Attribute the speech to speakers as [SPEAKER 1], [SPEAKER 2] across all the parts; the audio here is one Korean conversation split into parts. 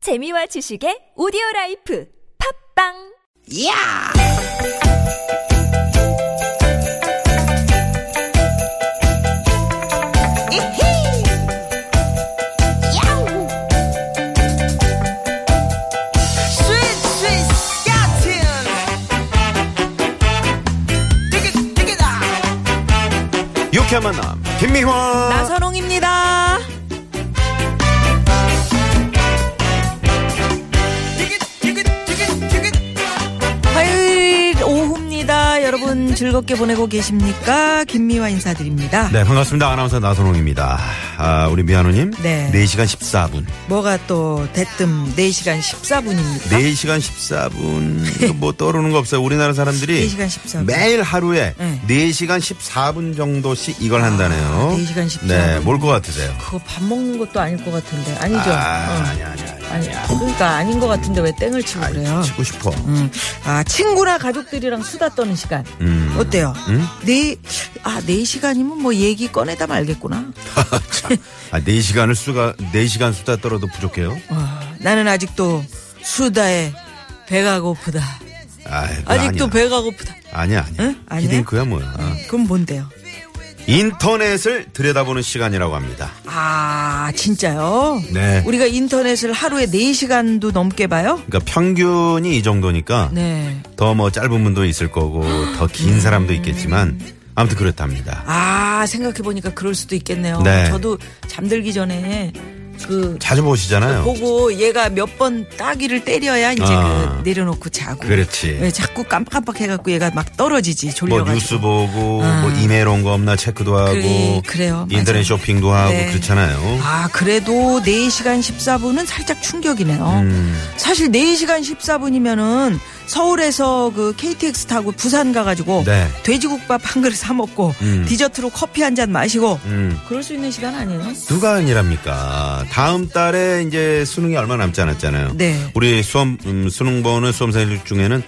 [SPEAKER 1] 재미와 지식의 오디오 라이프 팝빵!
[SPEAKER 2] 야! 이히! 야우! 스윗 스윗 야틴! 디귿 디귿아!
[SPEAKER 3] 유쾌한 만남 김미화
[SPEAKER 4] 아, 나선홍입니다.
[SPEAKER 2] 디귿 디귿 디귿 디귿
[SPEAKER 4] 화요일 오후입니다. 여러분 즐겁게 보내고 계십니까? 김미화 인사드립니다.
[SPEAKER 3] 네 반갑습니다 아나운서 나선홍입니다 아 우리 미아노님
[SPEAKER 4] 네.
[SPEAKER 3] 4시간 14분
[SPEAKER 4] 뭐가 또 대뜸 4시간 14분입니까?
[SPEAKER 3] 4시간 14분 뭐 떠오르는 거 없어요 우리나라 사람들이
[SPEAKER 4] 4시간 14 분.
[SPEAKER 3] 매일 하루에
[SPEAKER 4] 네.
[SPEAKER 3] 4시간 14분 정도씩 이걸 한다네요
[SPEAKER 4] 아, 4시간 14분.
[SPEAKER 3] 네뭘 것 같으세요
[SPEAKER 4] 그거 밥 먹는 것도 아닐 것 같은데.
[SPEAKER 3] 아
[SPEAKER 4] 아니죠? 어.
[SPEAKER 3] 아니 아니 아니
[SPEAKER 4] 아니, 그러니까 아닌 것 같은데 왜 땡을 치고 그래요?
[SPEAKER 3] 치고 싶어
[SPEAKER 4] 음, 아, 친구나 가족들이랑 수다 떠는 시간.
[SPEAKER 3] 음.
[SPEAKER 4] 어때요?
[SPEAKER 3] 음?
[SPEAKER 4] 네, 아, 네시간이면뭐 얘기 꺼내다 말겠구나.
[SPEAKER 3] 아 4시간을 수가 4시간 수다 떨어도 부족해요
[SPEAKER 4] 와, 나는 아직도 수다에 배가 고프다.
[SPEAKER 3] 아
[SPEAKER 4] 아직도 배가 고프다.
[SPEAKER 3] 아니야 아니야
[SPEAKER 4] 응? 아니야?
[SPEAKER 3] 히딩크야 뭐야
[SPEAKER 4] 그럼 뭔데요?
[SPEAKER 3] 인터넷을 들여다보는 시간이라고 합니다
[SPEAKER 4] 아, 진짜요?
[SPEAKER 3] 네.
[SPEAKER 4] 우리가 인터넷을 하루에 4시간도 넘게 봐요?
[SPEAKER 3] 그러니까 평균이 이 정도니까
[SPEAKER 4] 네.
[SPEAKER 3] 더 뭐 짧은 분도 있을 거고 더 긴 사람도 있겠지만 아무튼 그렇답니다.
[SPEAKER 4] 아, 생각해보니까 그럴 수도 있겠네요.
[SPEAKER 3] 네.
[SPEAKER 4] 저도 잠들기 전에 그,
[SPEAKER 3] 자주 보시잖아요.
[SPEAKER 4] 보고 얘가 몇 번 따기를 때려야 이제
[SPEAKER 3] 아.
[SPEAKER 4] 그 내려놓고 자고.
[SPEAKER 3] 그렇지.
[SPEAKER 4] 왜 자꾸 깜빡깜빡 해갖고 얘가 막 떨어지지,
[SPEAKER 3] 뭐
[SPEAKER 4] 졸려가지고.
[SPEAKER 3] 뉴스 보고
[SPEAKER 4] 아.
[SPEAKER 3] 뭐 이메일 온 거 없나 체크도 하고
[SPEAKER 4] 그래, 그래요. 맞아요.
[SPEAKER 3] 인터넷 쇼핑도 하고
[SPEAKER 4] 네.
[SPEAKER 3] 그렇잖아요.
[SPEAKER 4] 아, 그래도 4시간 14분은 살짝 충격이네요.
[SPEAKER 3] 음,
[SPEAKER 4] 사실 4시간 14분이면은 서울에서 그 KTX 타고 부산 가가지고
[SPEAKER 3] 네.
[SPEAKER 4] 돼지국밥 한 그릇 사 먹고
[SPEAKER 3] 음.
[SPEAKER 4] 디저트로 커피 한 잔 마시고
[SPEAKER 3] 음.
[SPEAKER 4] 그럴 수 있는 시간 아니에요?
[SPEAKER 3] 누가 아니랍니까? 다음 달에 이제 수능이 얼마 남지 않았잖아요.
[SPEAKER 4] 네.
[SPEAKER 3] 우리 수험 음, 수능 보는 수험생들 중에는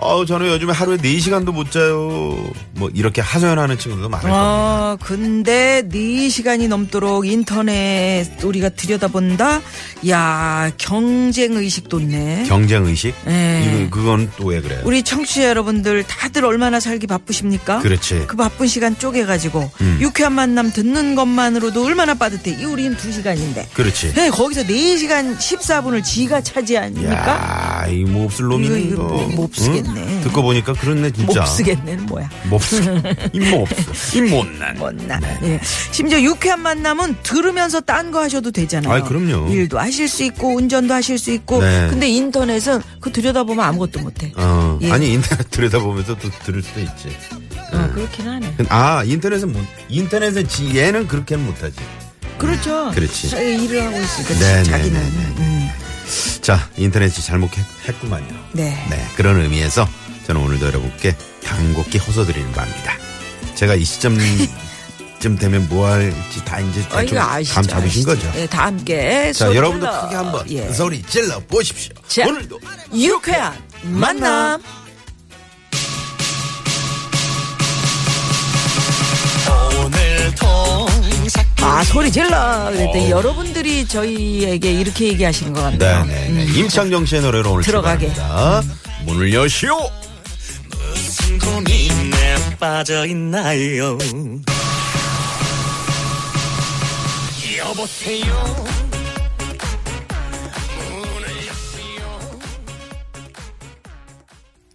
[SPEAKER 3] 어 저는 요즘에 하루에 4시간도 못 자요. 뭐 이렇게 하소연하는 친구도 많을 겁니다.
[SPEAKER 4] 아, 근데 4시간이 넘도록 인터넷 우리가 들여다본다? 야 경쟁의식도 있네.
[SPEAKER 3] 경쟁 의식?
[SPEAKER 4] 네.
[SPEAKER 3] 이거 그건 또 왜 그래요?
[SPEAKER 4] 우리 청취자 여러분들 다들 얼마나 살기 바쁘십니까?
[SPEAKER 3] 그렇지. 음.
[SPEAKER 4] 그 바쁜 시간 쪼개가지고 유쾌한 만남 듣는 것만으로도 얼마나 빠듯해. 이 우린 2시간인데.
[SPEAKER 3] 그렇지.
[SPEAKER 4] 네, 거기서 4시간 14분을 지가 차지하니까
[SPEAKER 3] 야, 이 몹쓸 놈이
[SPEAKER 4] 이거, 이거
[SPEAKER 3] 이거.
[SPEAKER 4] 몹 쓰겠네.
[SPEAKER 3] 응? 듣고 보니까 그렇네 진짜.
[SPEAKER 4] 못 쓰겠네는 뭐야.
[SPEAKER 3] 몹쓸. 이 몹쓸. 이 못난.
[SPEAKER 4] 못나.
[SPEAKER 3] 네.
[SPEAKER 4] 예. 심지어 유쾌한 만남은 들으면서 딴 거 하셔도 되잖아요.
[SPEAKER 3] 아이, 그럼요.
[SPEAKER 4] 일도 하실 수 있고 운전도 하실 수 있고.
[SPEAKER 3] 네.
[SPEAKER 4] 근데 인터넷은 그 들여다보면 아무것도 못해.
[SPEAKER 3] 어,
[SPEAKER 4] 예.
[SPEAKER 3] 아니 인터넷 들여다보면서 또 들을 수도 있지. 음.
[SPEAKER 4] 어, 그렇긴 하네.
[SPEAKER 3] 아 인터넷은 못, 인터넷은 지, 얘는 그렇게는 못하지.
[SPEAKER 4] 그렇죠.
[SPEAKER 3] 그렇지.
[SPEAKER 4] 자, 일을 하고 있으니까
[SPEAKER 3] 네,
[SPEAKER 4] 자기는.
[SPEAKER 3] 네, 네, 네.
[SPEAKER 4] 음,
[SPEAKER 3] 자 인터넷이 잘못했구만요.
[SPEAKER 4] 네.
[SPEAKER 3] 네 그런 의미에서 저는 오늘도 여러분께 당곡기 호소드리는 바입니다. 제가 이 시점쯤 되면 뭐 할지 다 이제
[SPEAKER 4] 어,
[SPEAKER 3] 대충
[SPEAKER 4] 이거 아시죠?
[SPEAKER 3] 감 잡으신
[SPEAKER 4] 아시죠?
[SPEAKER 3] 거죠.
[SPEAKER 4] 네, 다 함께.
[SPEAKER 3] 자,
[SPEAKER 4] 소리
[SPEAKER 3] 여러분도
[SPEAKER 4] 질러.
[SPEAKER 3] 크게 한번
[SPEAKER 4] 예.
[SPEAKER 3] 소리 질러 보십시오.
[SPEAKER 4] 자.
[SPEAKER 3] 오늘도
[SPEAKER 4] 유쾌한 만남. 아 소리 질러 그랬더니 여러분들이 저희에게 이렇게 얘기하시는 것 같네요.
[SPEAKER 3] 어. 네네 네. 임창정 씨의 노래로 오늘
[SPEAKER 4] 음. 들어가게.
[SPEAKER 3] 출발합니다. 문을 여시오.
[SPEAKER 5] 무슨 고민에 빠져 있나요? 여보세요.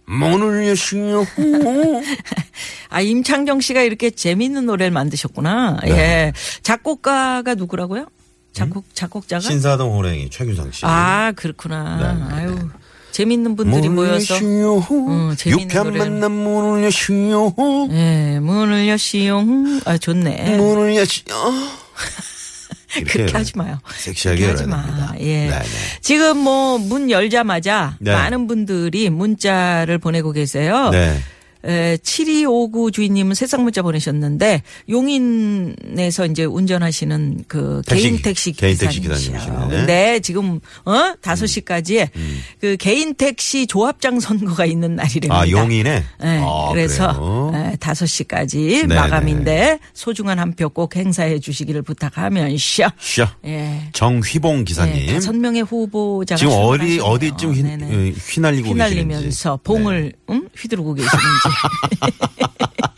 [SPEAKER 3] 문을 여시오.
[SPEAKER 4] 아 임창정 씨가 이렇게 재밌는 노래를 만드셨구나.
[SPEAKER 3] 네.
[SPEAKER 4] 예 작곡가가 누구라고요? 작곡 작곡자가
[SPEAKER 3] 신사동 호랭이 최규상 씨.
[SPEAKER 4] 아 그렇구나.
[SPEAKER 3] 네, 네,
[SPEAKER 4] 아유 재밌는 분들이 모여서
[SPEAKER 3] 여시오.
[SPEAKER 4] 음, 재밌는
[SPEAKER 3] 유쾌한
[SPEAKER 4] 노래를.
[SPEAKER 3] 만남 문을 여시오.
[SPEAKER 4] 예 문을 여시오. 아 좋네.
[SPEAKER 3] 문을 여시오.
[SPEAKER 4] 그렇게 하지 마요.
[SPEAKER 3] 섹시하게
[SPEAKER 4] 그렇게 하지
[SPEAKER 3] 열어야
[SPEAKER 4] 마.
[SPEAKER 3] 됩니다.
[SPEAKER 4] 예.
[SPEAKER 3] 네네.
[SPEAKER 4] 지금 뭐 문 열자마자
[SPEAKER 3] 네.
[SPEAKER 4] 많은 분들이 문자를 보내고 계세요.
[SPEAKER 3] 네.
[SPEAKER 4] 에, 7259 주인님은 세상 문자 보내셨는데 용인에서 이제 운전하시는 그
[SPEAKER 3] 택시-
[SPEAKER 4] 개인 택시
[SPEAKER 3] 개인 택시
[SPEAKER 4] 기사님이시죠.
[SPEAKER 3] 기사님이시네. 음.
[SPEAKER 4] 근데 지금 어 5시까지에 그 개인 택시 조합장 선거가 있는 날이랍니다.
[SPEAKER 3] 아, 용인에?
[SPEAKER 4] 네,
[SPEAKER 3] 아,
[SPEAKER 4] 그래서
[SPEAKER 3] 그래요?
[SPEAKER 4] 네, 5시까지
[SPEAKER 3] 네,
[SPEAKER 4] 마감인데 소중한 한 표 꼭 행사해 주시기를 부탁하면서
[SPEAKER 3] 쉬어.
[SPEAKER 4] 예.
[SPEAKER 3] 정휘봉 기사님.
[SPEAKER 4] 예, 다섯 명의 후보자가
[SPEAKER 3] 지금 어디,
[SPEAKER 4] 출마하시네요.
[SPEAKER 3] 어디쯤 휘,
[SPEAKER 4] 네네.
[SPEAKER 3] 날리고 네. 계시는지.
[SPEAKER 4] 휘날리면서 봉을 응? 휘두르고 계시는지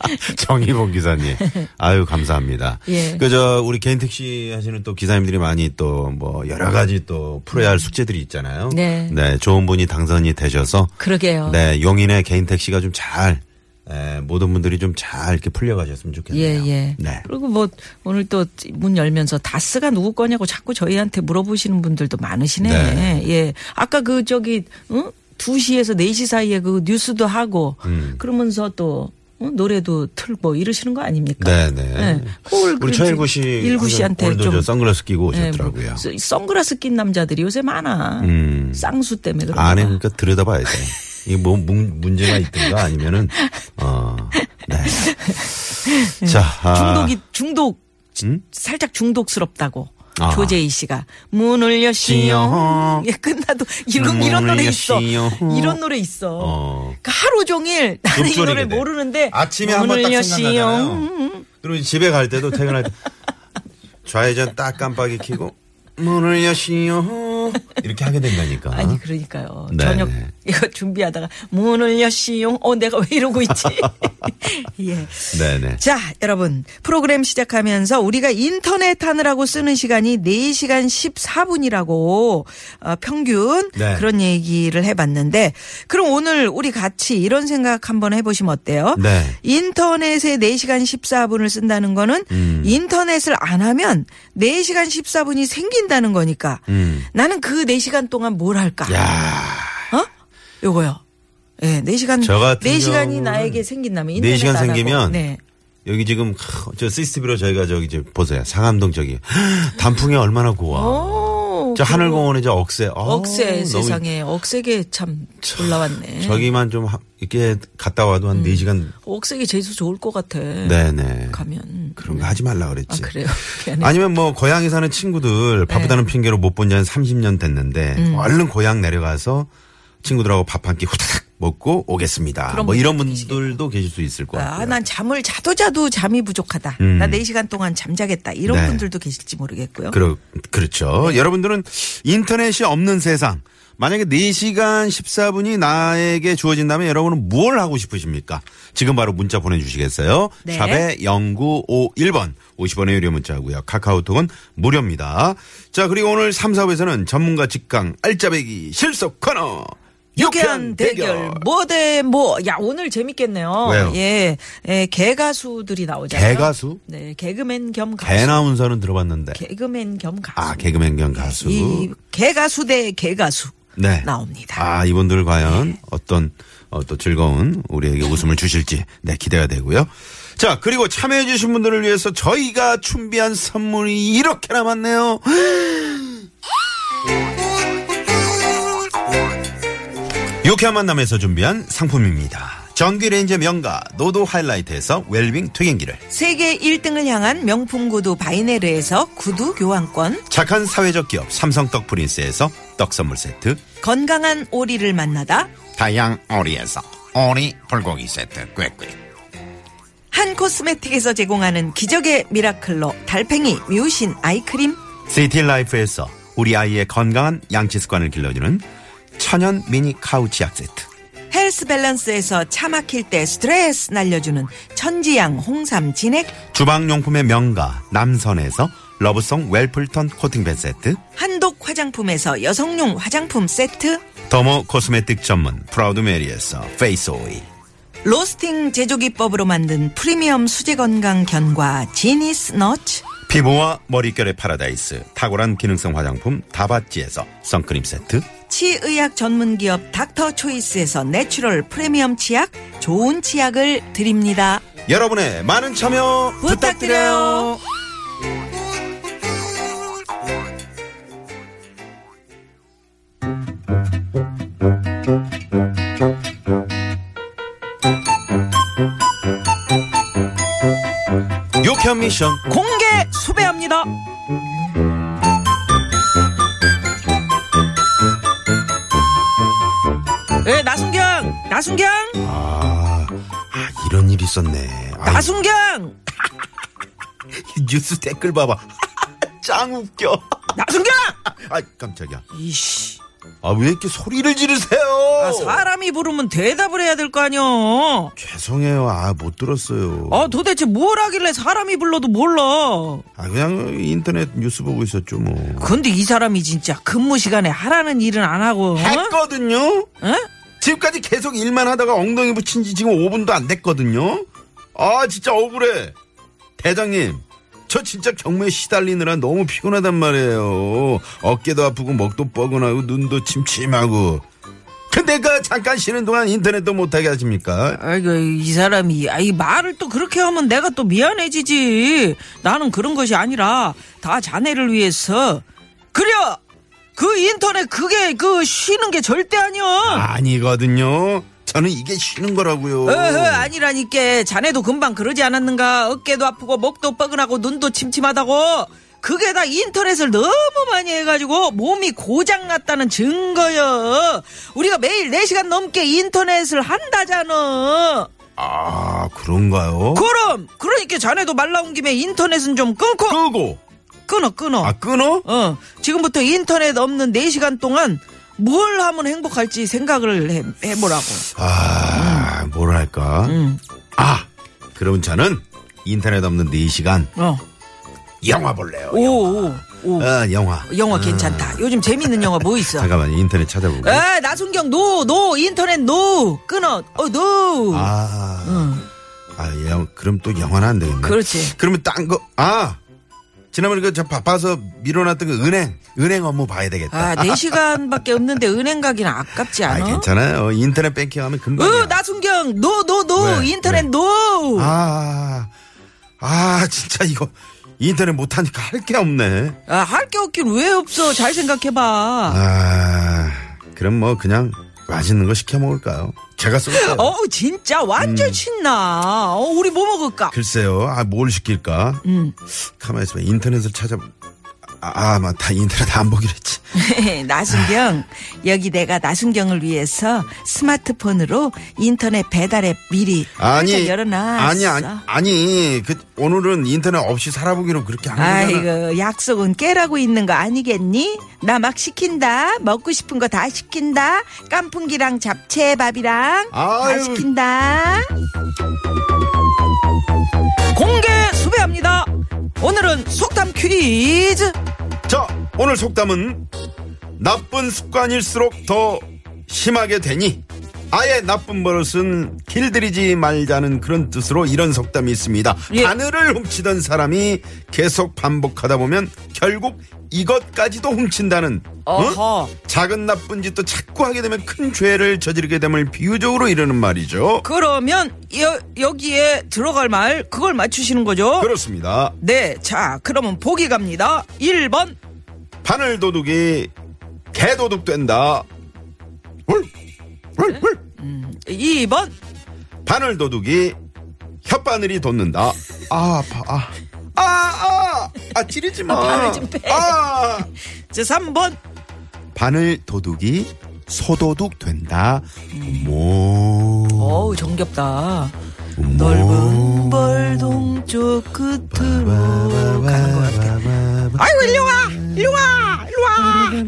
[SPEAKER 3] 네. 정희봉 기사님. 아유, 감사합니다.
[SPEAKER 4] 예.
[SPEAKER 3] 그, 저, 우리 개인 택시 하시는 또 기사님들이 많이 또 뭐 여러 가지 또 풀어야 할 숙제들이 있잖아요.
[SPEAKER 4] 네.
[SPEAKER 3] 좋은 분이 당선이 되셔서.
[SPEAKER 4] 그러게요.
[SPEAKER 3] 네. 용인의 개인 택시가 좀 잘, 에, 모든 분들이 좀 잘 이렇게 풀려가셨으면 좋겠네요.
[SPEAKER 4] 예, 예.
[SPEAKER 3] 네.
[SPEAKER 4] 그리고 뭐 오늘 또 문 열면서 다스가 누구 거냐고 자꾸 저희한테 물어보시는 분들도 많으시네.
[SPEAKER 3] 네.
[SPEAKER 4] 예. 아까 그 저기 응? 2시에서 4시 사이에 그 뉴스도 하고
[SPEAKER 3] 음.
[SPEAKER 4] 그러면서 또 응? 노래도 틀고 이러시는 거 아닙니까?
[SPEAKER 3] 네네.
[SPEAKER 4] 예. 올
[SPEAKER 3] 우리
[SPEAKER 4] 그런지
[SPEAKER 3] 차일구 씨.
[SPEAKER 4] 일구 씨한테
[SPEAKER 3] 오늘도
[SPEAKER 4] 좀
[SPEAKER 3] 저 선글라스 끼고
[SPEAKER 4] 예,
[SPEAKER 3] 오셨더라고요.
[SPEAKER 4] 뭐 스- 선글라스 낀 남자들이 요새 많아.
[SPEAKER 3] 음.
[SPEAKER 4] 쌍수 때문에 그런
[SPEAKER 3] 안에
[SPEAKER 4] 거야.
[SPEAKER 3] 그러니까 들여다봐야 돼. 이게 뭐 문, 문제가 있든가 아니면은 어. 네. 자, 아, 음?
[SPEAKER 4] 중독이 중독 살짝 중독스럽다고
[SPEAKER 3] 아.
[SPEAKER 4] 조재희 씨가 문을 여시오
[SPEAKER 3] 지요.
[SPEAKER 4] 예, 끝나도 이런 이런
[SPEAKER 3] 문을
[SPEAKER 4] 노래 있어
[SPEAKER 3] 여시오.
[SPEAKER 4] 이런 노래 있어
[SPEAKER 3] 어.
[SPEAKER 4] 그러니까 하루 종일 나는 이
[SPEAKER 3] 읊조리게
[SPEAKER 4] 노래
[SPEAKER 3] 돼.
[SPEAKER 4] 모르는데
[SPEAKER 3] 아침에 한번
[SPEAKER 4] 문을
[SPEAKER 3] 딱
[SPEAKER 4] 여시오.
[SPEAKER 3] 생각나잖아요. 그리고 집에 갈 때도 퇴근할 때 좌회전 딱 깜빡이 켜고 문을 여시오 이렇게 하게 된다니까.
[SPEAKER 4] 아니 그러니까요
[SPEAKER 3] 네,
[SPEAKER 4] 저녁
[SPEAKER 3] 네.
[SPEAKER 4] 이거 준비하다가 문을 여시오 어 내가 왜 이러고 있지 예
[SPEAKER 3] 네네.
[SPEAKER 4] 자, 여러분. 프로그램 시작하면서 우리가 인터넷 하느라고 쓰는 시간이 4시간 14분이라고 어, 평균
[SPEAKER 3] 네.
[SPEAKER 4] 그런 얘기를 해 봤는데 그럼 오늘 우리 같이 이런 생각 한번 해 보시면 어때요?
[SPEAKER 3] 네.
[SPEAKER 4] 인터넷에 4시간 14분을 쓴다는 거는
[SPEAKER 3] 음.
[SPEAKER 4] 인터넷을 안 하면 4시간 14분이 생긴다는 거니까
[SPEAKER 3] 음.
[SPEAKER 4] 나는 그 4시간 동안 뭘 할까?
[SPEAKER 3] 야,
[SPEAKER 4] 어? 요거요. 예, 네, 4시간
[SPEAKER 3] 저 같은
[SPEAKER 4] 4시간이
[SPEAKER 3] 경우는
[SPEAKER 4] 나에게 생긴다면 인터넷
[SPEAKER 3] 네 시간
[SPEAKER 4] 안 하고.
[SPEAKER 3] 생기면
[SPEAKER 4] 네.
[SPEAKER 3] 여기 지금 저 CCTV로 저희가 저기 저 보세요. 상암동 저기 단풍이 얼마나 고와.
[SPEAKER 4] 오,
[SPEAKER 3] 저
[SPEAKER 4] 그
[SPEAKER 3] 하늘공원에 저 억새. 어우,
[SPEAKER 4] 억새
[SPEAKER 3] 너무
[SPEAKER 4] 세상에 억새게 참 올라왔네.
[SPEAKER 3] 저기만 좀 하- 이렇게 갔다 와도
[SPEAKER 4] 음.
[SPEAKER 3] 한 4시간
[SPEAKER 4] 억새게 재수 좋을 것 같아.
[SPEAKER 3] 네네
[SPEAKER 4] 가면
[SPEAKER 3] 그런 거 하지 말라 그랬지.
[SPEAKER 4] 아 그래요. 네. 미안해.
[SPEAKER 3] 아니면 뭐 고향에 사는 친구들 바쁘다는 핑계로 못 본 지 한 30년 됐는데
[SPEAKER 4] 음.
[SPEAKER 3] 얼른 고향 내려가서 친구들하고 밥 한 끼 후딱 먹고 오겠습니다.
[SPEAKER 4] 그런
[SPEAKER 3] 뭐
[SPEAKER 4] 분들
[SPEAKER 3] 이런 분들도 계실 수 있을 것 같아요.
[SPEAKER 4] 아, 난 잠을 자도 자도 잠이 부족하다.
[SPEAKER 3] 음.
[SPEAKER 4] 나 4시간 동안 잠자겠다. 이런
[SPEAKER 3] 네.
[SPEAKER 4] 분들도 계실지 모르겠고요.
[SPEAKER 3] 그러, 그렇죠.
[SPEAKER 4] 네.
[SPEAKER 3] 여러분들은 인터넷이 없는 세상 만약에 4시간 14분이 나에게 주어진다면 여러분은 뭘 하고 싶으십니까? 지금 바로 문자 보내주시겠어요?
[SPEAKER 4] 네.
[SPEAKER 3] 샵에 0951번 50원의 유료 문자고요. 카카오톡은 무료입니다. 자 그리고 오늘 3, 4부에서는 전문가 직강 알짜배기 실속 코너
[SPEAKER 4] 유쾌한 대결 뭐 뭐대뭐야 오늘 재밌겠네요.
[SPEAKER 3] 왜요?
[SPEAKER 4] 예, 예 개가수들이 나오잖아요.
[SPEAKER 3] 개가수?
[SPEAKER 4] 네, 개그맨 겸 가수.
[SPEAKER 3] 개나운서는 들어봤는데
[SPEAKER 4] 개그맨 겸 가수.
[SPEAKER 3] 아 개그맨 겸 가수
[SPEAKER 4] 이 개가수 대 개가수
[SPEAKER 3] 네.
[SPEAKER 4] 나옵니다. 네.
[SPEAKER 3] 아, 이분들 과연 어떤 어, 또 즐거운 우리에게 웃음을 주실지 네, 기대가 되고요. 자, 그리고 참여해 주신 분들을 위해서 저희가 준비한 선물이 이렇게 남았네요. 유쾌한 만남에서 준비한 상품입니다. 전기레인지 명가 노도 하이라이트에서 웰빙 튀김기를
[SPEAKER 4] 세계 1등을 향한 명품 구두 바이네르에서 구두 교환권,
[SPEAKER 3] 착한 사회적 기업 삼성떡 프린스에서 떡 선물 세트
[SPEAKER 4] 건강한 오리를 만나다
[SPEAKER 3] 다양 오리에서 오리 불고기 세트 꾀꾀
[SPEAKER 4] 한 코스메틱에서 제공하는 기적의 미라클로 달팽이 뮤신 아이크림,
[SPEAKER 3] 시티라이프에서 우리 아이의 건강한 양치 습관을 길러주는 천연 미니 카우치 약 세트
[SPEAKER 4] 헬스 밸런스에서 차 막힐 때 스트레스 날려주는 천지양 홍삼 진액,
[SPEAKER 3] 주방용품의 명가 남선에서 러브송 웰플턴 코팅팬 세트
[SPEAKER 4] 한독 화장품에서 여성용 화장품 세트,
[SPEAKER 3] 더모 코스메틱 전문 프라우드 메리에서 페이스 오일
[SPEAKER 4] 로스팅 제조기법으로 만든 프리미엄 수제 건강 견과 지니스 너츠,
[SPEAKER 3] 피부와 머릿결의 파라다이스 탁월한 기능성 화장품 다바찌에서 선크림 세트
[SPEAKER 4] 치의학 전문 기업 닥터 초이스에서 내추럴 프리미엄 치약 좋은 치약을 드립니다.
[SPEAKER 3] 여러분의 많은 참여 부탁드려요.
[SPEAKER 4] 부탁드려요.
[SPEAKER 3] 유쾌한 미션.
[SPEAKER 4] 공개 수배합니다. 예, 나순경, 나순경,
[SPEAKER 3] 아, 아, 이런 일이 있었네. 아,
[SPEAKER 4] 나순경,
[SPEAKER 3] 뉴스 댓글 봐봐. 짱 웃겨.
[SPEAKER 4] 나순경.
[SPEAKER 3] 아, 깜짝이야.
[SPEAKER 4] 이씨,
[SPEAKER 3] 아, 왜 이렇게 소리를 지르세요?
[SPEAKER 4] 아, 사람이 부르면 대답을 해야 될 거 아니요.
[SPEAKER 3] 죄송해요. 아, 못 들었어요.
[SPEAKER 4] 아, 도대체 뭘 하길래 사람이 불러도 몰라.
[SPEAKER 3] 아, 그냥 인터넷 뉴스 보고 있었죠, 뭐.
[SPEAKER 4] 근데 이 사람이 진짜 근무 시간에 하라는 일은 안 하고. 어?
[SPEAKER 3] 했거든요?
[SPEAKER 4] 어?
[SPEAKER 3] 지금까지 계속 일만 하다가 엉덩이 붙인 지 지금 5분도 안 됐거든요? 아, 진짜 억울해. 대장님, 저 진짜 경무에 시달리느라 너무 피곤하단 말이에요. 어깨도 아프고, 먹도 뻐근하고, 눈도 침침하고. 근데 그 잠깐 쉬는 동안 인터넷도 못하게 하십니까?
[SPEAKER 4] 아이고 이 사람이 아이 말을 또 그렇게 하면 내가 또 미안해지지. 나는 그런 것이 아니라 다 자네를 위해서 그래 그 인터넷 그게 그 쉬는 게 절대 아니야.
[SPEAKER 3] 아니거든요. 저는 이게 쉬는 거라고요.
[SPEAKER 4] 어허 아니라니까 자네도 금방 그러지 않았는가 어깨도 아프고 목도 뻐근하고 눈도 침침하다고 그게 다 인터넷을 너무 많이 해가지고 몸이 고장났다는 증거여 우리가 매일 4시간 넘게 인터넷을 한다잖아
[SPEAKER 3] 아, 그런가요?
[SPEAKER 4] 그럼 그러니까 자네도 말 나온 김에 인터넷은 좀 끊고
[SPEAKER 3] 끄고.
[SPEAKER 4] 끊어 끊어
[SPEAKER 3] 어? 아, 끊어?
[SPEAKER 4] 어 지금부터 인터넷 없는 4시간 동안 뭘 하면 행복할지 생각을 해, 해보라고
[SPEAKER 3] 아,
[SPEAKER 4] 음.
[SPEAKER 3] 뭐랄까. 아, 그럼 저는 인터넷 없는 4시간 영화 볼래요.
[SPEAKER 4] 어. 어오오 오.
[SPEAKER 3] 아, 영화.
[SPEAKER 4] 영화 괜찮다. 요즘 재밌는 영화 뭐 있어?
[SPEAKER 3] 잠깐만, 인터넷 찾아보고.
[SPEAKER 4] 에 나순경 노, 노, 인터넷 노, 끊어, 어, 노.
[SPEAKER 3] 아, 아, 영, 그럼 또 영화는 안 되겠네.
[SPEAKER 4] 그렇지.
[SPEAKER 3] 그러면 딴 거, 아! 지난번에 그저 바빠서 미뤄놨던 그 은행, 은행 업무 봐야 되겠다.
[SPEAKER 4] 아, 네시간밖에 없는데 은행 가기는 아깝지
[SPEAKER 3] 아,
[SPEAKER 4] 않아?
[SPEAKER 3] 괜찮아요. 인터넷 뱅킹 하면 금방.
[SPEAKER 4] 으, 나순경 노, 노, 노,
[SPEAKER 3] 왜?
[SPEAKER 4] 인터넷
[SPEAKER 3] 왜?
[SPEAKER 4] 노. 아.
[SPEAKER 3] 아, 아, 진짜 이거 인터넷 못하니까 할 게 없네.
[SPEAKER 4] 아, 할 게 없긴 왜 없어? 잘 생각해봐.
[SPEAKER 3] 아, 그럼 뭐 그냥 맛있는 거 시켜 먹을까요? 제가 쏠까요? 음.
[SPEAKER 4] 어우, 진짜 완전 신나. 어, 우리 뭐 먹을까?
[SPEAKER 3] 글쎄요. 아, 뭘 시킬까?
[SPEAKER 4] 음.
[SPEAKER 3] 가만히 있어봐. 인터넷을 찾아. 아, 아, 맞다. 인터넷 안 보기로 했지.
[SPEAKER 4] 네, 나순경, 여기 내가 나순경을 위해서 스마트폰으로 인터넷 배달 앱 미리
[SPEAKER 3] 아니,
[SPEAKER 4] 열어놨어.
[SPEAKER 3] 아니, 아니, 아니, 그, 오늘은 인터넷 없이 살아보기로 그렇게 안 하잖아.
[SPEAKER 4] 아이고 약속은 깨라고 있는 거 아니겠니? 나 막 시킨다. 먹고 싶은 거 다 시킨다. 깐풍기랑 잡채밥이랑
[SPEAKER 3] 아유.
[SPEAKER 4] 다 시킨다. 공개 수배합니다. 오늘은 속담 퀴즈.
[SPEAKER 3] 자, 오늘 속담은 나쁜 습관일수록 더 심하게 되니 아예 나쁜 버릇은 길들이지 말자는 그런 뜻으로 이런 속담이 있습니다.
[SPEAKER 4] 예.
[SPEAKER 3] 바늘을 훔치던 사람이 계속 반복하다 보면 결국 이것까지도 훔친다는
[SPEAKER 4] 어허.
[SPEAKER 3] 응? 작은 나쁜 짓도 자꾸 하게 되면 큰 죄를 저지르게 됨을 비유적으로 이르는 말이죠.
[SPEAKER 4] 그러면 여, 여기에 들어갈 말 그걸 맞추시는 거죠?
[SPEAKER 3] 그렇습니다.
[SPEAKER 4] 네. 자, 그러면 보기 갑니다. 1번.
[SPEAKER 3] 바늘 도둑이 개도둑 된다. 울, 울, 울.
[SPEAKER 4] 2번.
[SPEAKER 3] 바늘 도둑이 혓바늘이 돋는다. 아, 아파. 아, 아, 아, 아 찌르지 마.
[SPEAKER 4] 바늘 좀 빼.
[SPEAKER 3] 아.
[SPEAKER 4] 제 3번.
[SPEAKER 3] 바늘 도둑이 소도둑 된다. 뭐, 모.
[SPEAKER 4] 어우, 정겹다.
[SPEAKER 3] 모.
[SPEAKER 4] 넓은 벌동 쪽 끝으로 가는 것 같아. 아이고 일로 와, 일로 와, 일로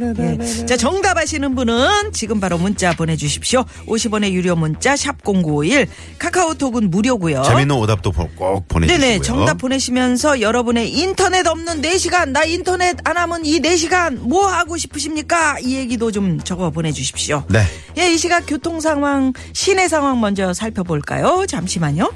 [SPEAKER 4] 와. 예. 자 정답 아시는 분은 지금 바로 문자 보내주십시오. 50원의 유료 문자 샵 #0951 카카오톡은 무료고요.
[SPEAKER 3] 재밌는 오답도 보- 꼭 보내주시고요.
[SPEAKER 4] 어? 네네 정답 보내시면서 여러분의 인터넷 없는 4시간 나 인터넷 안 하면 이 4시간 뭐 하고 싶으십니까 이 얘기도 좀 적어 보내주십시오
[SPEAKER 3] 네.
[SPEAKER 4] 예, 이 시각 교통 상황 시내 상황 먼저 살펴볼까요 잠시만요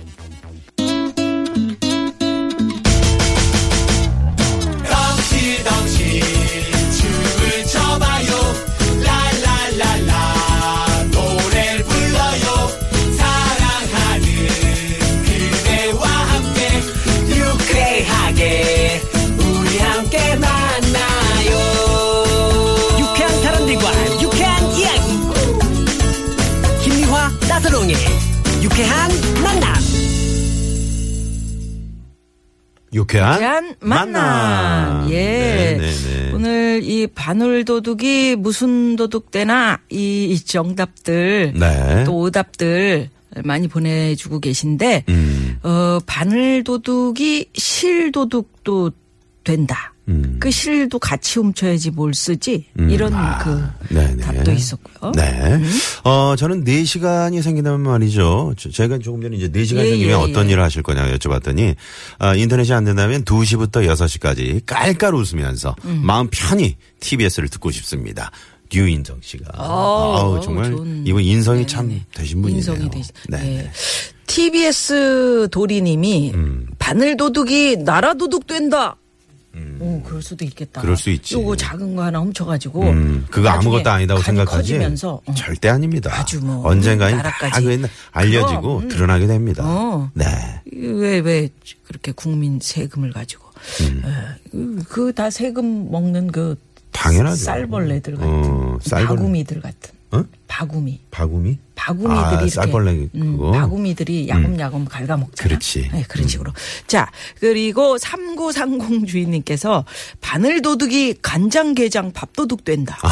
[SPEAKER 6] 유쾌하게 우리 함께 만나요 유쾌한 사람들과 유쾌한 이야기 김미화 나서롱의 유쾌한 만남
[SPEAKER 3] 유쾌한
[SPEAKER 4] 대한 만남. 예.
[SPEAKER 3] 네네네.
[SPEAKER 4] 오늘 이 바늘 도둑이 무슨 도둑 때나 이, 이 정답들
[SPEAKER 3] 네.
[SPEAKER 4] 또 오답들 많이 보내주고 계신데
[SPEAKER 3] 음.
[SPEAKER 4] 어 바늘 도둑이 실 도둑도 된다.
[SPEAKER 3] 음.
[SPEAKER 4] 그 실도 같이 훔쳐야지 뭘 쓰지 이런
[SPEAKER 3] 아,
[SPEAKER 4] 그
[SPEAKER 3] 네네.
[SPEAKER 4] 답도 있었고요.
[SPEAKER 3] 네.
[SPEAKER 4] 음.
[SPEAKER 3] 어, 저는 4시간이 생긴다면 말이죠. 저- 제가 조금 전에 이제 4시간
[SPEAKER 4] 예,
[SPEAKER 3] 생기면
[SPEAKER 4] 예,
[SPEAKER 3] 어떤
[SPEAKER 4] 예.
[SPEAKER 3] 일을 하실 거냐고 여쭤봤더니, 아, 인터넷이 안 된다면 2시부터 6시까지 깔깔 웃으면서 마음 편히 TBS를 듣고 싶습니다. 류인성 씨가. 아우, 정말
[SPEAKER 4] 어, 좋은-
[SPEAKER 3] 이분 인성이 참
[SPEAKER 4] 네네네.
[SPEAKER 3] 되신 분이네요.
[SPEAKER 4] 인성이 되시.
[SPEAKER 3] 네.
[SPEAKER 4] 네. TBS 도리님이
[SPEAKER 3] 음.
[SPEAKER 4] 바늘 도둑이 나라 도둑 된다. 오, 그럴 수도
[SPEAKER 3] 음.
[SPEAKER 4] 있겠다.
[SPEAKER 3] 그럴 수 있지.
[SPEAKER 4] 요거 작은 거 하나 훔쳐가지고.
[SPEAKER 3] 음, 그거
[SPEAKER 4] 뭐 나중에
[SPEAKER 3] 아무것도 아니다고
[SPEAKER 4] 간이
[SPEAKER 3] 생각하지.
[SPEAKER 4] 커지면서 어.
[SPEAKER 3] 절대 아닙니다.
[SPEAKER 4] 아주 뭐
[SPEAKER 3] 언젠가는 다
[SPEAKER 4] 나라까지.
[SPEAKER 3] 그 옛날 알려지고
[SPEAKER 4] 그럼, 음.
[SPEAKER 3] 드러나게 됩니다.
[SPEAKER 4] 어.
[SPEAKER 3] 네.
[SPEAKER 4] 왜, 왜 그렇게 국민 세금을 가지고.
[SPEAKER 3] 음.
[SPEAKER 4] 그 다 세금 먹는 그.
[SPEAKER 3] 당연하죠.
[SPEAKER 4] 쌀벌레들 같은.
[SPEAKER 3] 어, 쌀벌레.
[SPEAKER 4] 바구미들 같은.
[SPEAKER 3] 어?
[SPEAKER 4] 바구미.
[SPEAKER 3] 바구미?
[SPEAKER 4] 바구미들이
[SPEAKER 3] 아,
[SPEAKER 4] 이렇게 음,
[SPEAKER 3] 쌀벌레 그거? 음.
[SPEAKER 4] 바구미들이 야금야금 갉아먹잖아.
[SPEAKER 3] 그렇지. 음.
[SPEAKER 4] 네, 그런 식으로. 자, 그리고 3930 주인님께서 바늘 도둑이 간장게장 밥도둑 된다.
[SPEAKER 3] 아,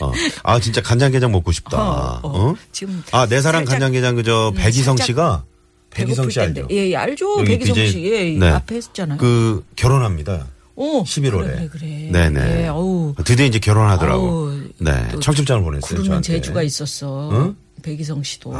[SPEAKER 3] 어. 아 진짜 간장게장 먹고 싶다.
[SPEAKER 4] 어, 어.
[SPEAKER 3] 어?
[SPEAKER 4] 지금
[SPEAKER 3] 아내 사랑
[SPEAKER 4] 살짝
[SPEAKER 3] 간장게장 그저
[SPEAKER 4] 음,
[SPEAKER 3] 백이성
[SPEAKER 4] 살짝
[SPEAKER 3] 씨가 백이성
[SPEAKER 4] 배고플
[SPEAKER 3] 씨
[SPEAKER 4] 텐데.
[SPEAKER 3] 알죠?
[SPEAKER 4] 예, 예, 알죠.
[SPEAKER 3] 여기
[SPEAKER 4] 백이성
[SPEAKER 3] BJ
[SPEAKER 4] 씨. 예, 예.
[SPEAKER 3] 네.
[SPEAKER 4] 앞에 했잖아요.
[SPEAKER 3] 그 결혼합니다.
[SPEAKER 4] 어,
[SPEAKER 3] 11월에.
[SPEAKER 4] 그래, 그래.
[SPEAKER 3] 네네. 아,
[SPEAKER 4] 예, 어우.
[SPEAKER 3] 드디어 이제 결혼하더라고.
[SPEAKER 4] 어우,
[SPEAKER 3] 네.
[SPEAKER 4] 또
[SPEAKER 3] 청첩장을 보냈어요.
[SPEAKER 4] 구르는
[SPEAKER 3] 저한테. 아.
[SPEAKER 4] 재주가 있었어. 백이성 씨도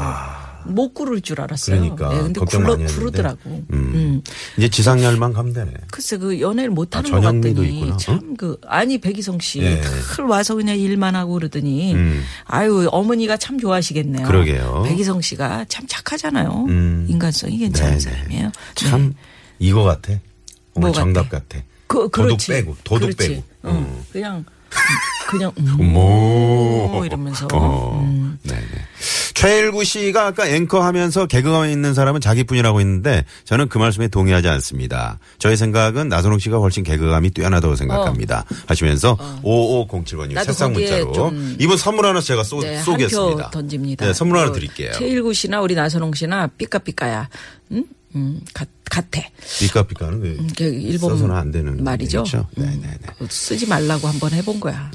[SPEAKER 4] 못 구를 줄 알았어요.
[SPEAKER 3] 그러니까
[SPEAKER 4] 네, 근데
[SPEAKER 3] 걱정
[SPEAKER 4] 굴러
[SPEAKER 3] 많이 했는데.
[SPEAKER 4] 구르더라고.
[SPEAKER 3] 음.
[SPEAKER 4] 음.
[SPEAKER 3] 이제 지상렬만 가면 되네.
[SPEAKER 4] 글쎄 그 연애를 못하는
[SPEAKER 3] 아,
[SPEAKER 4] 것
[SPEAKER 3] 전현미도
[SPEAKER 4] 같더니
[SPEAKER 3] 있구나.
[SPEAKER 4] 참 그 아니 백이성 씨
[SPEAKER 3] 예.
[SPEAKER 4] 털 와서 그냥 일만 하고 그러더니
[SPEAKER 3] 음.
[SPEAKER 4] 아유 어머니가 참 좋아하시겠네요.
[SPEAKER 3] 그러게요.
[SPEAKER 4] 백이성 씨가 참 착하잖아요.
[SPEAKER 3] 음.
[SPEAKER 4] 인간성이 괜찮은
[SPEAKER 3] 네네.
[SPEAKER 4] 사람이에요.
[SPEAKER 3] 참
[SPEAKER 4] 네.
[SPEAKER 3] 이거 같아. 오늘
[SPEAKER 4] 뭐 같아?
[SPEAKER 3] 정답 같아.
[SPEAKER 4] 그,
[SPEAKER 3] 도둑
[SPEAKER 4] 그렇지.
[SPEAKER 3] 빼고 도둑
[SPEAKER 4] 그렇지.
[SPEAKER 3] 빼고.
[SPEAKER 4] 어.
[SPEAKER 3] 음.
[SPEAKER 4] 응. 그냥 그냥 음,
[SPEAKER 3] 뭐
[SPEAKER 4] 오, 이러면서.
[SPEAKER 3] 어.
[SPEAKER 4] 음.
[SPEAKER 3] 네네. 최일구 씨가 아까 앵커 하면서 개그감에 있는 사람은 자기뿐이라고 했는데 저는 그 말씀에 동의하지 않습니다. 저의 생각은 나선홍 씨가 훨씬 개그감이 뛰어나다고 생각합니다. 하시면서 5507번님
[SPEAKER 4] 어. 나도
[SPEAKER 3] 새싹
[SPEAKER 4] 거기에
[SPEAKER 3] 문자로
[SPEAKER 4] 좀-
[SPEAKER 3] 이분 선물 하나 제가 쏘,
[SPEAKER 4] 네, 한
[SPEAKER 3] 쏘겠습니다.
[SPEAKER 4] 표 던집니다.
[SPEAKER 3] 네, 선물 하나
[SPEAKER 4] 그
[SPEAKER 3] 드릴게요.
[SPEAKER 4] 최일구 씨나 우리 나선홍 씨나 삐까삐까야. 응? 음, 같, 같아.
[SPEAKER 3] 삐까삐까는 왜
[SPEAKER 4] 이게 음, 그 일본
[SPEAKER 3] 써서는 안 되는
[SPEAKER 4] 말이죠.
[SPEAKER 3] 얘기죠?
[SPEAKER 4] 음,
[SPEAKER 3] 네네네. 아,
[SPEAKER 4] 그거 쓰지 말라고 한번 해본 거야.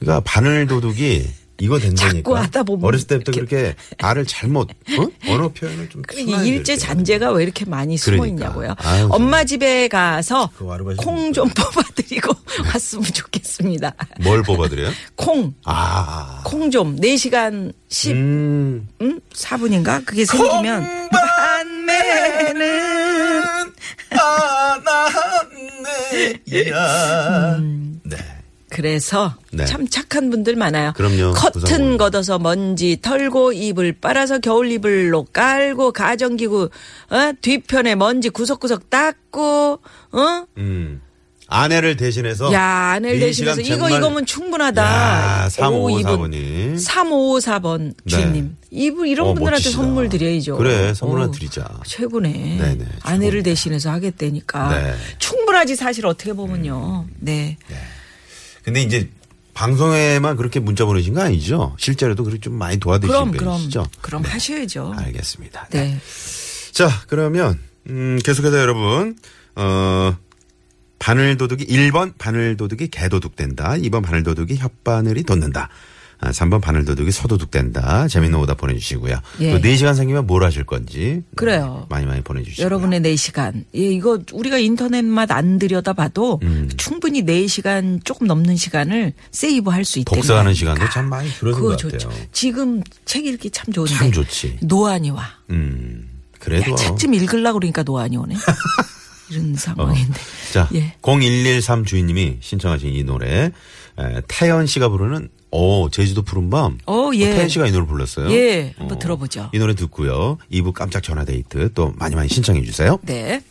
[SPEAKER 3] 그러니까 바늘 도둑이 이거 된다니까.
[SPEAKER 4] 자꾸 하다 보면
[SPEAKER 3] 어렸을 때부터 그렇게 알을 잘못 어? 언어 표현을 좀
[SPEAKER 4] 그
[SPEAKER 3] 편하게
[SPEAKER 4] 일제
[SPEAKER 3] 이렇게.
[SPEAKER 4] 잔재가 왜 이렇게 많이 숨어
[SPEAKER 3] 그러니까.
[SPEAKER 4] 있냐고요.
[SPEAKER 3] 아유, 정말.
[SPEAKER 4] 엄마 집에 가서
[SPEAKER 3] 그거 네. 아르바이트
[SPEAKER 4] 콩
[SPEAKER 3] 먹을
[SPEAKER 4] 좀 뽑아드리고 왔으면 좋겠습니다.
[SPEAKER 3] 뭘 뽑아드려요?
[SPEAKER 4] 콩,
[SPEAKER 3] 아.
[SPEAKER 4] 콩 좀. 4시간 10,
[SPEAKER 3] 음.
[SPEAKER 4] 음? 4분인가? 그게 생기면. 반매는
[SPEAKER 3] 하나네야. 음. 네.
[SPEAKER 4] 그래서
[SPEAKER 3] 네.
[SPEAKER 4] 참 착한 분들 많아요.
[SPEAKER 3] 그럼요.
[SPEAKER 4] 커튼
[SPEAKER 3] 구성원.
[SPEAKER 4] 걷어서 먼지 털고 이불 빨아서 겨울 이불로 깔고 가전기구 어? 뒤편에 먼지 구석구석 닦고 어?
[SPEAKER 3] 음. 아내를 대신해서.
[SPEAKER 4] 야 아내를 대신해서 이거 이거면 충분하다.
[SPEAKER 3] 야, 3554번이. 네.
[SPEAKER 4] 3554번 주인님. 이분 이런
[SPEAKER 3] 어,
[SPEAKER 4] 분들한테
[SPEAKER 3] 멋지시다.
[SPEAKER 4] 선물 드려야죠.
[SPEAKER 3] 그래, 선물 하나
[SPEAKER 4] 어우,
[SPEAKER 3] 드리자.
[SPEAKER 4] 최고네.
[SPEAKER 3] 네네,
[SPEAKER 4] 아내를
[SPEAKER 3] 최고입니다.
[SPEAKER 4] 대신해서 하겠다니까.
[SPEAKER 3] 네. 음.
[SPEAKER 4] 충분하지 사실 어떻게 보면요. 네.
[SPEAKER 3] 근데 이제 방송에만 그렇게 문자 보내신 거 아니죠? 실제로도 그렇게 좀 많이
[SPEAKER 4] 그럼
[SPEAKER 3] 도와드리신
[SPEAKER 4] 그럼
[SPEAKER 3] 분이시죠? 네.
[SPEAKER 4] 그럼 하셔야죠.
[SPEAKER 3] 알겠습니다.
[SPEAKER 4] 네.
[SPEAKER 3] 자, 그러면, 음, 계속해서 여러분, 어, 바늘도둑이, 1번 바늘도둑이 개도둑 된다. 2번 바늘도둑이 혓바늘이 돋는다. 아, 3번 바늘도둑이 서도둑 된다. 재밌는 오답 보내주시고요.
[SPEAKER 4] 예.
[SPEAKER 3] 또 4시간 생기면 뭘 하실 건지. 네,
[SPEAKER 4] 그래요.
[SPEAKER 3] 많이 많이 보내주시고요.
[SPEAKER 4] 여러분의 4시간. 예, 이거 우리가 인터넷 맛 안 들여다봐도
[SPEAKER 3] 음.
[SPEAKER 4] 충분히 4시간 조금 넘는 시간을 세이브 할 수 있다.
[SPEAKER 3] 복사하는 시간도 참 많이 줄어든
[SPEAKER 4] 그거
[SPEAKER 3] 것
[SPEAKER 4] 좋죠.
[SPEAKER 3] 같아요.
[SPEAKER 4] 지금 책 읽기 참 좋은데.
[SPEAKER 3] 참 좋지.
[SPEAKER 4] 노안이 와.
[SPEAKER 3] 음,
[SPEAKER 4] 야,
[SPEAKER 3] 그래도.
[SPEAKER 4] 책 좀 읽으려고 그러니까 노안이 오네. 이런 상황인데.
[SPEAKER 3] 자,
[SPEAKER 4] 예.
[SPEAKER 3] 0113 주인님이 신청하신 이 노래. 에, 태연 씨가 부르는 어 제주도 푸른 밤.
[SPEAKER 4] 어, 예.
[SPEAKER 3] 태연 씨가 이 노래 불렀어요.
[SPEAKER 4] 예, 한번 들어보죠.
[SPEAKER 3] 이 노래 듣고요. 2부 깜짝 전화 데이트 또 많이 많이 신청해 주세요.
[SPEAKER 4] 네.